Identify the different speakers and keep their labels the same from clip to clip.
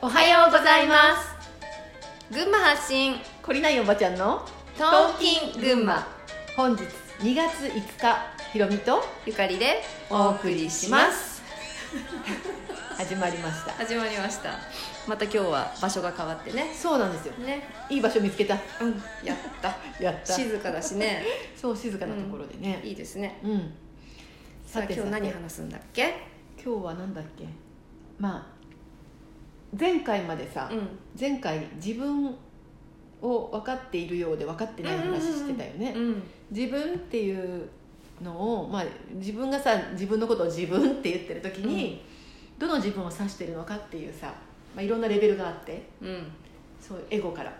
Speaker 1: おはようございます群馬発信
Speaker 2: こりないおばちゃんの
Speaker 1: トーキン群馬
Speaker 2: 本日2月5日ひろみと
Speaker 1: ゆかりでお送りします
Speaker 2: 始まりました
Speaker 1: 始まりましたまた今日は場所が変わってね
Speaker 2: そうなんですよ
Speaker 1: ね
Speaker 2: いい場所見つけた
Speaker 1: うんやった
Speaker 2: やった
Speaker 1: 静かだしね
Speaker 2: そう静かなところでね
Speaker 1: いいですね
Speaker 2: うん、
Speaker 1: さ
Speaker 2: さ
Speaker 1: あ
Speaker 2: て
Speaker 1: 今日
Speaker 2: さて
Speaker 1: 何話すんだっけ
Speaker 2: 今日はなんだっけまあ前回までさ、
Speaker 1: うん
Speaker 2: 前回自分を分かっているようで分かってない話してたよね、
Speaker 1: うん
Speaker 2: 自分っていうのを、まあ、自分がさ自分のことを自分って言ってる時に、どの自分を指してるのかっていうさ、まあ、いろんなレベルがあって
Speaker 1: うん
Speaker 2: そういうエゴから、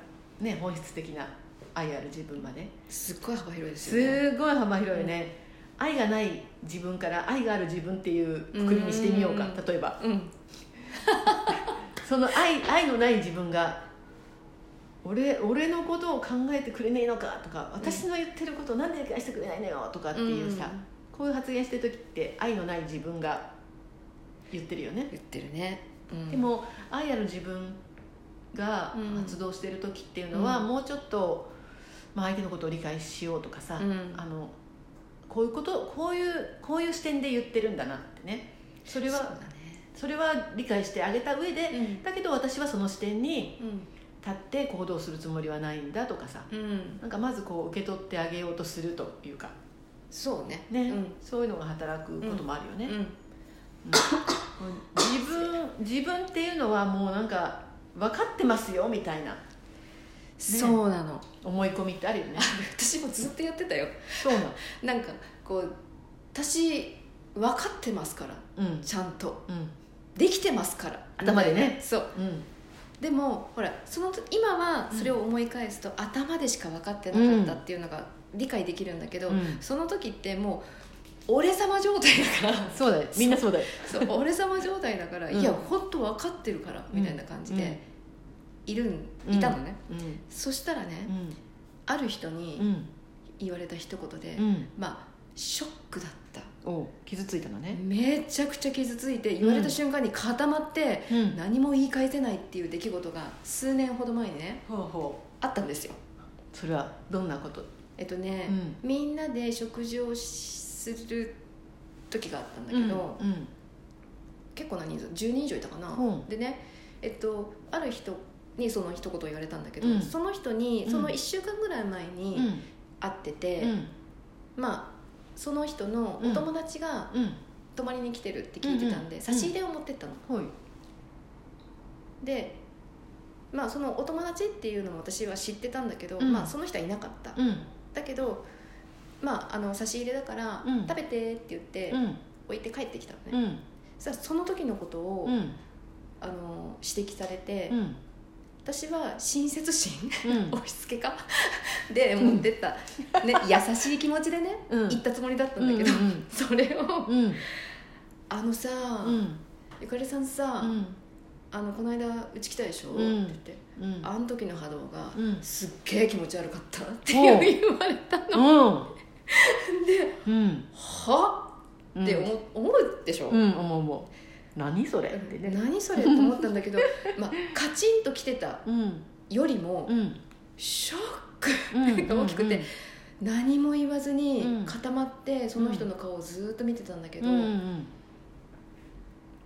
Speaker 2: ね、本質的な愛ある自分まです
Speaker 1: っごい幅広いですよね
Speaker 2: すごい幅広いね、愛がない自分から愛がある自分っていうくくりにしてみようか、
Speaker 1: うん
Speaker 2: 例えば
Speaker 1: うん
Speaker 2: その愛愛のない自分が俺俺のことを考えてくれねえのかとか私の言ってることなんで理解してくれないのよとかっていうさ、
Speaker 1: うん
Speaker 2: こういう発言してる時って愛のない自分が言ってるよね、
Speaker 1: 言ってるねうん
Speaker 2: でも愛ある自分が
Speaker 1: うん
Speaker 2: 発動してる時っていうのは、
Speaker 1: うん
Speaker 2: もうちょっと、まあ、相手のことを理解しようとかさ、
Speaker 1: うん
Speaker 2: あのこういうことこういうこういう視点で言ってるんだなってねそれ
Speaker 1: そう
Speaker 2: は
Speaker 1: だね
Speaker 2: それは理解してあげた上で、
Speaker 1: うん
Speaker 2: だけど私はその視点に立って行動するつもりはないんだとかさ
Speaker 1: うんうん
Speaker 2: なんかまずこう受け取ってあげようとするというか、
Speaker 1: そうね
Speaker 2: ね
Speaker 1: うん
Speaker 2: そういうのが働くこともあるよね、
Speaker 1: うん
Speaker 2: 自分自分っていうのはもうなんか分かってますよみたいな
Speaker 1: そうなの
Speaker 2: 思い込みってあるよね
Speaker 1: 私もずっとやってたよ
Speaker 2: そうなの
Speaker 1: なんかこう私分かってますか
Speaker 2: う
Speaker 1: ら
Speaker 2: ん
Speaker 1: ちゃんと
Speaker 2: うん
Speaker 1: できてますから
Speaker 2: 頭でね
Speaker 1: みたいなそう
Speaker 2: うん
Speaker 1: でもほらその時今はそれを思い返すと、頭でしか分かってなかったっていうのが理解できるんだけど、
Speaker 2: うん
Speaker 1: その時ってもう俺様状態だから
Speaker 2: そうだよみんなそうだよ
Speaker 1: そう俺様状態だから、
Speaker 2: うん
Speaker 1: いや本当分かってるからみたいな感じでいるん、
Speaker 2: うん
Speaker 1: いたのね、
Speaker 2: うん
Speaker 1: そしたらね、
Speaker 2: うん
Speaker 1: ある人
Speaker 2: う
Speaker 1: に
Speaker 2: ん
Speaker 1: 言われた一言で、
Speaker 2: うん
Speaker 1: まあショックだった
Speaker 2: おう傷ついたのね
Speaker 1: めちゃくちゃ傷ついて言われた瞬間に固まって、
Speaker 2: うん
Speaker 1: 何も言い返せないっていう出来事が数年ほど前にね
Speaker 2: ほうほ
Speaker 1: あったんですよ
Speaker 2: うそれはどんなこと
Speaker 1: えっとね、
Speaker 2: うん
Speaker 1: みんなで食事をする時があったんだ
Speaker 2: だ
Speaker 1: け
Speaker 2: け
Speaker 1: ど、
Speaker 2: どうん
Speaker 1: 結構な人数10人以上いたかな、
Speaker 2: うん
Speaker 1: でねえっとある人にその一言言われたんだけど、
Speaker 2: うん
Speaker 1: その人に
Speaker 2: うん
Speaker 1: その1週間ぐらい前
Speaker 2: う
Speaker 1: に
Speaker 2: ん
Speaker 1: 会って
Speaker 2: う
Speaker 1: て、
Speaker 2: ん
Speaker 1: まあその人のお友達が
Speaker 2: うん
Speaker 1: 泊まりに来てるって聞いてたんで、
Speaker 2: うんうん
Speaker 1: 差し入れを持ってったの、
Speaker 2: ほい
Speaker 1: でまあそのお友達っていうのも私は知ってたんだけど、
Speaker 2: うん
Speaker 1: まあ、その人はいなかった、
Speaker 2: うん
Speaker 1: だけどまああの差し入れだから、
Speaker 2: うん
Speaker 1: 食べてって言って、
Speaker 2: うん
Speaker 1: 置いて帰ってきたのね、
Speaker 2: うん
Speaker 1: さあその時のことを、
Speaker 2: うん
Speaker 1: あの指摘されて、
Speaker 2: うん
Speaker 1: 私は親切心
Speaker 2: うん
Speaker 1: 押し付けか で持ってった、ね、優しい気持ちでね
Speaker 2: うん
Speaker 1: 行ったつもりだったんだけど、
Speaker 2: うん
Speaker 1: それを
Speaker 2: うんうん
Speaker 1: あのさ、
Speaker 2: うん
Speaker 1: ゆかりさんさ、
Speaker 2: うん
Speaker 1: あのこの間うち来たでしょ、
Speaker 2: うん
Speaker 1: って言って
Speaker 2: うん
Speaker 1: あの時の波動が、
Speaker 2: うん
Speaker 1: すっげえ気持ち悪かったって
Speaker 2: おう
Speaker 1: 言われたので
Speaker 2: うん
Speaker 1: は
Speaker 2: うん
Speaker 1: って思,、う思うでしょ、
Speaker 2: うん思う思う何それってね
Speaker 1: 何それって思ったん だけど、まあ、カチンと来てた
Speaker 2: うん
Speaker 1: よりも、
Speaker 2: うん
Speaker 1: ショック
Speaker 2: うん
Speaker 1: 大きくて何も言わずに
Speaker 2: うん
Speaker 1: 固まってその人の顔をずーっと見てたんだけ
Speaker 2: う
Speaker 1: ど、
Speaker 2: んうん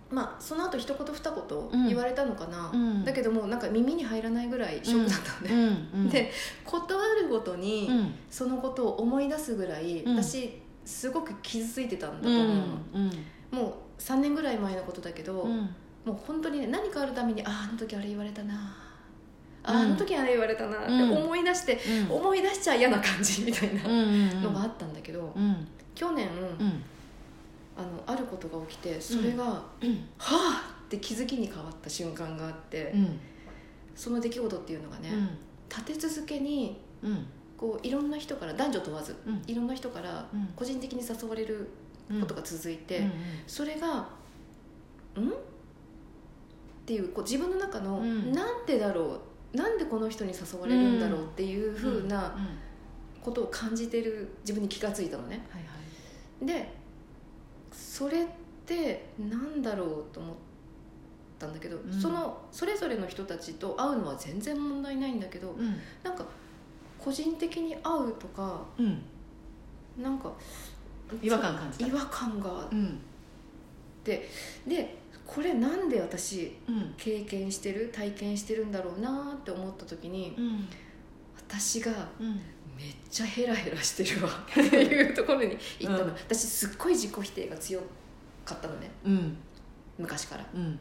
Speaker 1: まあその後一言二
Speaker 2: う
Speaker 1: 言
Speaker 2: ん
Speaker 1: 言われたのかな、
Speaker 2: うん
Speaker 1: だけどもうなんか耳に入らないぐらいショックだったの
Speaker 2: うん
Speaker 1: ね、
Speaker 2: うん
Speaker 1: で断るごとに
Speaker 2: うん
Speaker 1: そのことを思い出すぐらい、
Speaker 2: うん
Speaker 1: 私すごく傷ついてたんだ
Speaker 2: う
Speaker 1: と思う、
Speaker 2: んうん
Speaker 1: もう3年ぐらい前のことだけど、
Speaker 2: うん
Speaker 1: もう本当にね何かあるためにあああの時あれ言われたなあ
Speaker 2: うん
Speaker 1: ーあの時あれ言われたなって思い出して、思い出しちゃ嫌な感じみたいな
Speaker 2: うん
Speaker 1: のがあったんだけど、
Speaker 2: うん
Speaker 1: 去年、
Speaker 2: うん
Speaker 1: あのあることが起きてそれが、はあって気づきに変わった瞬間があって、
Speaker 2: うん
Speaker 1: その出来事っていうのがね、立て続けに
Speaker 2: うん
Speaker 1: こういろんな人から男女問わず
Speaker 2: うん
Speaker 1: いろんな人から
Speaker 2: うん
Speaker 1: 個人的に誘われることが続いて、それが「ん?」っていうこう自分の中の、
Speaker 2: うん
Speaker 1: なんでだろうなんでこの人に誘われるんだろうっていうふうなことを感じてる自分に気がついたのね。
Speaker 2: はいはい
Speaker 1: でそれってなんだろうと思っったんだけど、
Speaker 2: ん
Speaker 1: そのそれぞれの人たちと会うのは全然問題ないんだけど
Speaker 2: うん
Speaker 1: なんか個人的に会うとか
Speaker 2: うん
Speaker 1: なんか
Speaker 2: 違和感感じ
Speaker 1: 違
Speaker 2: た
Speaker 1: 和感があっ
Speaker 2: うん
Speaker 1: てでこれなんで私
Speaker 2: うん
Speaker 1: 経験してる体験してるんだろうなって思った時に
Speaker 2: うん
Speaker 1: 私が
Speaker 2: うん
Speaker 1: めっちゃヘラヘラしてる わっていうところに行ったの、
Speaker 2: うん
Speaker 1: 私すっごい自己否定が強かったのね
Speaker 2: うん
Speaker 1: 昔から
Speaker 2: うん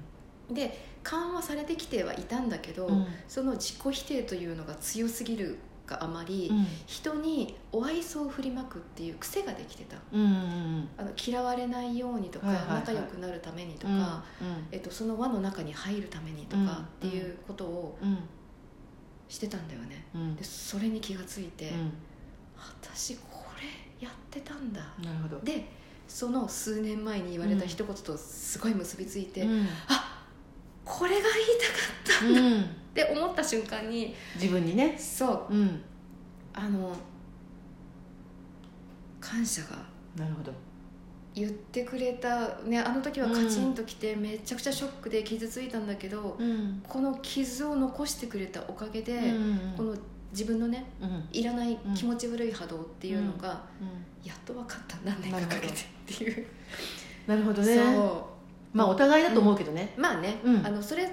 Speaker 1: で緩和されてきてはいたんだけど、
Speaker 2: うん
Speaker 1: その自己否定というのが強すぎるがあまり、人にお愛想を振りまくっていう癖ができてた
Speaker 2: うんうん
Speaker 1: あの嫌われないようにとか、
Speaker 2: はいはいはい
Speaker 1: 仲良くなるためにとか、
Speaker 2: うん
Speaker 1: えっと、その輪の中に入るためにと
Speaker 2: うん
Speaker 1: かっていうことを
Speaker 2: うん
Speaker 1: してたんだよね
Speaker 2: うん
Speaker 1: でそれに気がつい
Speaker 2: う
Speaker 1: て、私これやってたんだ
Speaker 2: んなるほど
Speaker 1: でその数年前に言われた一言とすごい結びついて、
Speaker 2: うん
Speaker 1: これが言いたかったんだ
Speaker 2: うん
Speaker 1: って思った瞬間に
Speaker 2: 自分にね
Speaker 1: そう
Speaker 2: うん
Speaker 1: あの感謝が
Speaker 2: なるほど
Speaker 1: 言ってくれた、ね、あの時はカチンときてめちゃくちゃショックで傷ついたんだけど、
Speaker 2: うん
Speaker 1: この傷を残してくれたおかげで、
Speaker 2: うん
Speaker 1: この自分のね
Speaker 2: うん
Speaker 1: いらない気持ち悪い波動っていうのが、
Speaker 2: うん
Speaker 1: やっと分かった何年かかけてっていう。
Speaker 2: なるほどね
Speaker 1: そ
Speaker 2: まあお互いだと思うけどね
Speaker 1: うまあね、
Speaker 2: うん
Speaker 1: あのそれ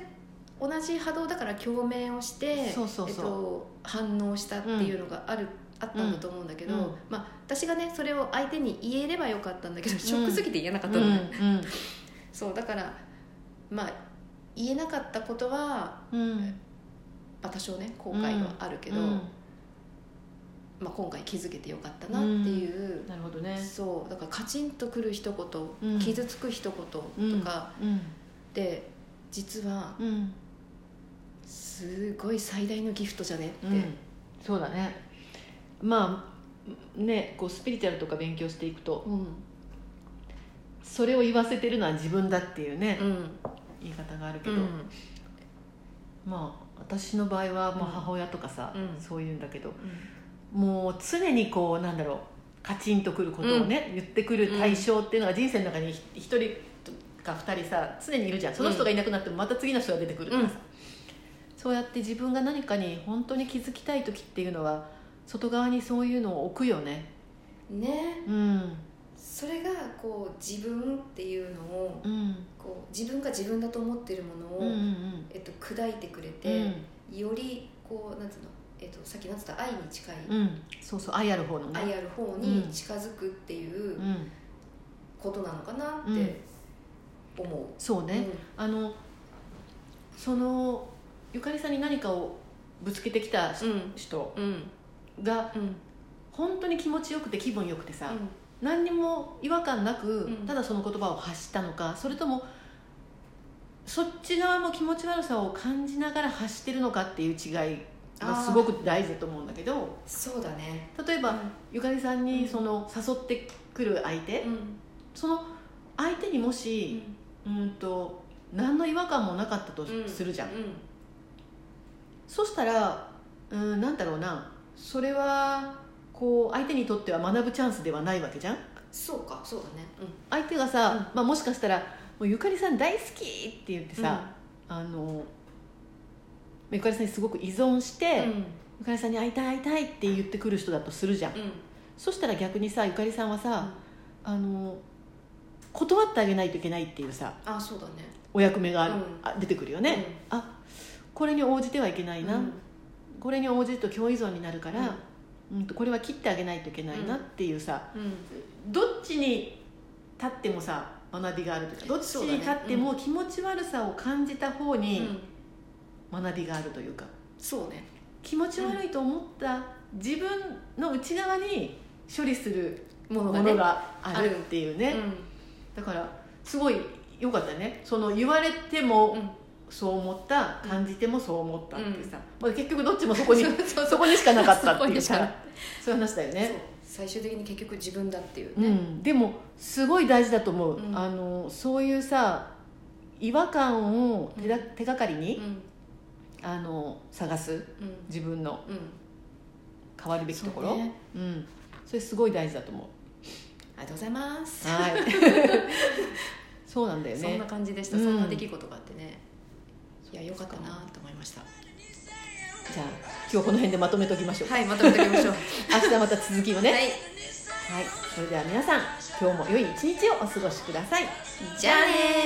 Speaker 1: 同じ波動だから共鳴をして
Speaker 2: そうそう
Speaker 1: えっ
Speaker 2: そ
Speaker 1: と、反応したっていうのがある、あったんだと思うんだけど、
Speaker 2: うん
Speaker 1: まあ、私がねそれを相手に言えればよかったんだけど、ショックすぎて言えなか
Speaker 2: う
Speaker 1: っ
Speaker 2: う
Speaker 1: た
Speaker 2: ん
Speaker 1: の、ね
Speaker 2: うん
Speaker 1: そうだからまあ言えなかったことは、
Speaker 2: うん
Speaker 1: まあ、多少ね後悔はあるけど、
Speaker 2: うん
Speaker 1: まあ、今回気づけてよかったなっていう、
Speaker 2: なるほどね
Speaker 1: そうだからカチンとくる一言、
Speaker 2: うん
Speaker 1: 傷つく一言とか
Speaker 2: うん
Speaker 1: で実は
Speaker 2: うん
Speaker 1: すごい最大のギフトじゃねって、
Speaker 2: うんそうだねまあねこうスピリチュアルとか勉強していくとそれを言わせてるのは自分だっていうね
Speaker 1: うんうん
Speaker 2: 言い方があるけ
Speaker 1: う
Speaker 2: ど、
Speaker 1: ん
Speaker 2: まあ私の場合はまあ
Speaker 1: うん
Speaker 2: 母親とかさ、
Speaker 1: うん
Speaker 2: そういうんだけどもう常にこうなんだろうカチンとくることをね、言ってくる対象っていうのが人生の中にひ一人か二人さ常にいるじゃんその人がいなくなってもまた次の人が出てくるからさ、そうやって自分が何かに本当に気づきたい時っていうのは外側にそういうのを置くよね
Speaker 1: ね
Speaker 2: うん
Speaker 1: それがこう自分っていうのを
Speaker 2: うん
Speaker 1: こう自分が自分だと思ってるものを、
Speaker 2: うんうん
Speaker 1: えっと、砕いてくれ
Speaker 2: う
Speaker 1: て、
Speaker 2: ん
Speaker 1: よりこうなんつうの、えっと、さっきなんつった愛に近い、
Speaker 2: うんそうそう愛ある方のね、
Speaker 1: 愛ある方に近づくっていううんことなのかなっ
Speaker 2: う
Speaker 1: て
Speaker 2: ん
Speaker 1: 思う、
Speaker 2: そうね、あのそのゆかりさんに何かをぶつけてきた
Speaker 1: うんうん
Speaker 2: 人
Speaker 1: うん
Speaker 2: が
Speaker 1: うん
Speaker 2: 本当に気持ちよくて気分よくてさ、何にも違和感なく、
Speaker 1: うん
Speaker 2: ただその言葉を発したのかそれともそっち側も気持ち悪さを感じながら発してるのかっていう違いがすごく大事だと思うんだけど
Speaker 1: そうだね
Speaker 2: 例えばゆかりさん
Speaker 1: う
Speaker 2: に
Speaker 1: ん
Speaker 2: その誘ってくる相手、
Speaker 1: うん
Speaker 2: その相手にも
Speaker 1: う
Speaker 2: し、
Speaker 1: ん
Speaker 2: うん、と何の違和感もなかったと
Speaker 1: うん
Speaker 2: するじゃん、
Speaker 1: うん
Speaker 2: そしたらうんなんだろうなそれはこう相手にとっては学ぶチャンスではないわけじゃん
Speaker 1: そうかそうだね
Speaker 2: 相手がさ、まあ、もしかしたら「もうゆかりさん大好き!」って言って
Speaker 1: うん
Speaker 2: さ、あのゆかりさんにすごく依存し
Speaker 1: う
Speaker 2: て、
Speaker 1: ん
Speaker 2: ゆかりさんに会いたい会いたいって言ってくる人だとするじゃん、
Speaker 1: うん
Speaker 2: そしたら逆にさゆかりさんはさ、あの断ってあげないといけないっていうさ
Speaker 1: あそうだね
Speaker 2: お役目がある、
Speaker 1: うん
Speaker 2: あ出てくるよね、あこれに応じてはいけな
Speaker 1: う
Speaker 2: い
Speaker 1: ん
Speaker 2: な、
Speaker 1: うん
Speaker 2: これに応じると共依存になるから、うんとこれは切ってあげないといけないなっていうさ、
Speaker 1: うん
Speaker 2: どっちに立ってもさ学びがあるというかどっち
Speaker 1: そうだ
Speaker 2: に
Speaker 1: ね
Speaker 2: 立っても気持ち悪さを感じた方
Speaker 1: う
Speaker 2: に
Speaker 1: ん
Speaker 2: 学びがあるというか
Speaker 1: そうね
Speaker 2: 気持ち悪いと思った自分の内側に処理する
Speaker 1: も
Speaker 2: も
Speaker 1: のが
Speaker 2: の
Speaker 1: ね
Speaker 2: があ
Speaker 1: あ
Speaker 2: る
Speaker 1: る
Speaker 2: っていう
Speaker 1: う
Speaker 2: ね
Speaker 1: ん
Speaker 2: だからすごい良かったねその言われても
Speaker 1: うん
Speaker 2: そう思った
Speaker 1: うん
Speaker 2: 感じてもそう思ったっていうさ、まあ、結局どっちもそ
Speaker 1: そ
Speaker 2: こに
Speaker 1: そう
Speaker 2: そこにしかなかったっていう
Speaker 1: そこにしかな
Speaker 2: さ
Speaker 1: かっ
Speaker 2: そういう話だよね
Speaker 1: そう最終的に結局自分だっていう
Speaker 2: う
Speaker 1: ね、
Speaker 2: ん、でもすごい大事だと思う、
Speaker 1: うん
Speaker 2: あのそういうさ違和感を手だ手がかり
Speaker 1: う
Speaker 2: に、
Speaker 1: ん
Speaker 2: あの探す
Speaker 1: うん
Speaker 2: 自分の
Speaker 1: うん
Speaker 2: 変わるべきところ
Speaker 1: そうう,、ね
Speaker 2: んそれすごい大事だと思
Speaker 1: ありがとうございます
Speaker 2: うはいそうなんだよ
Speaker 1: そん
Speaker 2: ね
Speaker 1: な感じでした、
Speaker 2: うん
Speaker 1: そんな出来事があってねいやよかったなと思いました
Speaker 2: じゃあ今日この辺でまとめておきましょう、
Speaker 1: はいまとめておきましょう
Speaker 2: 明日また続 きをね
Speaker 1: はい
Speaker 2: はい、それでは皆さん今日も良い一日をお過ごしください
Speaker 1: じゃあねー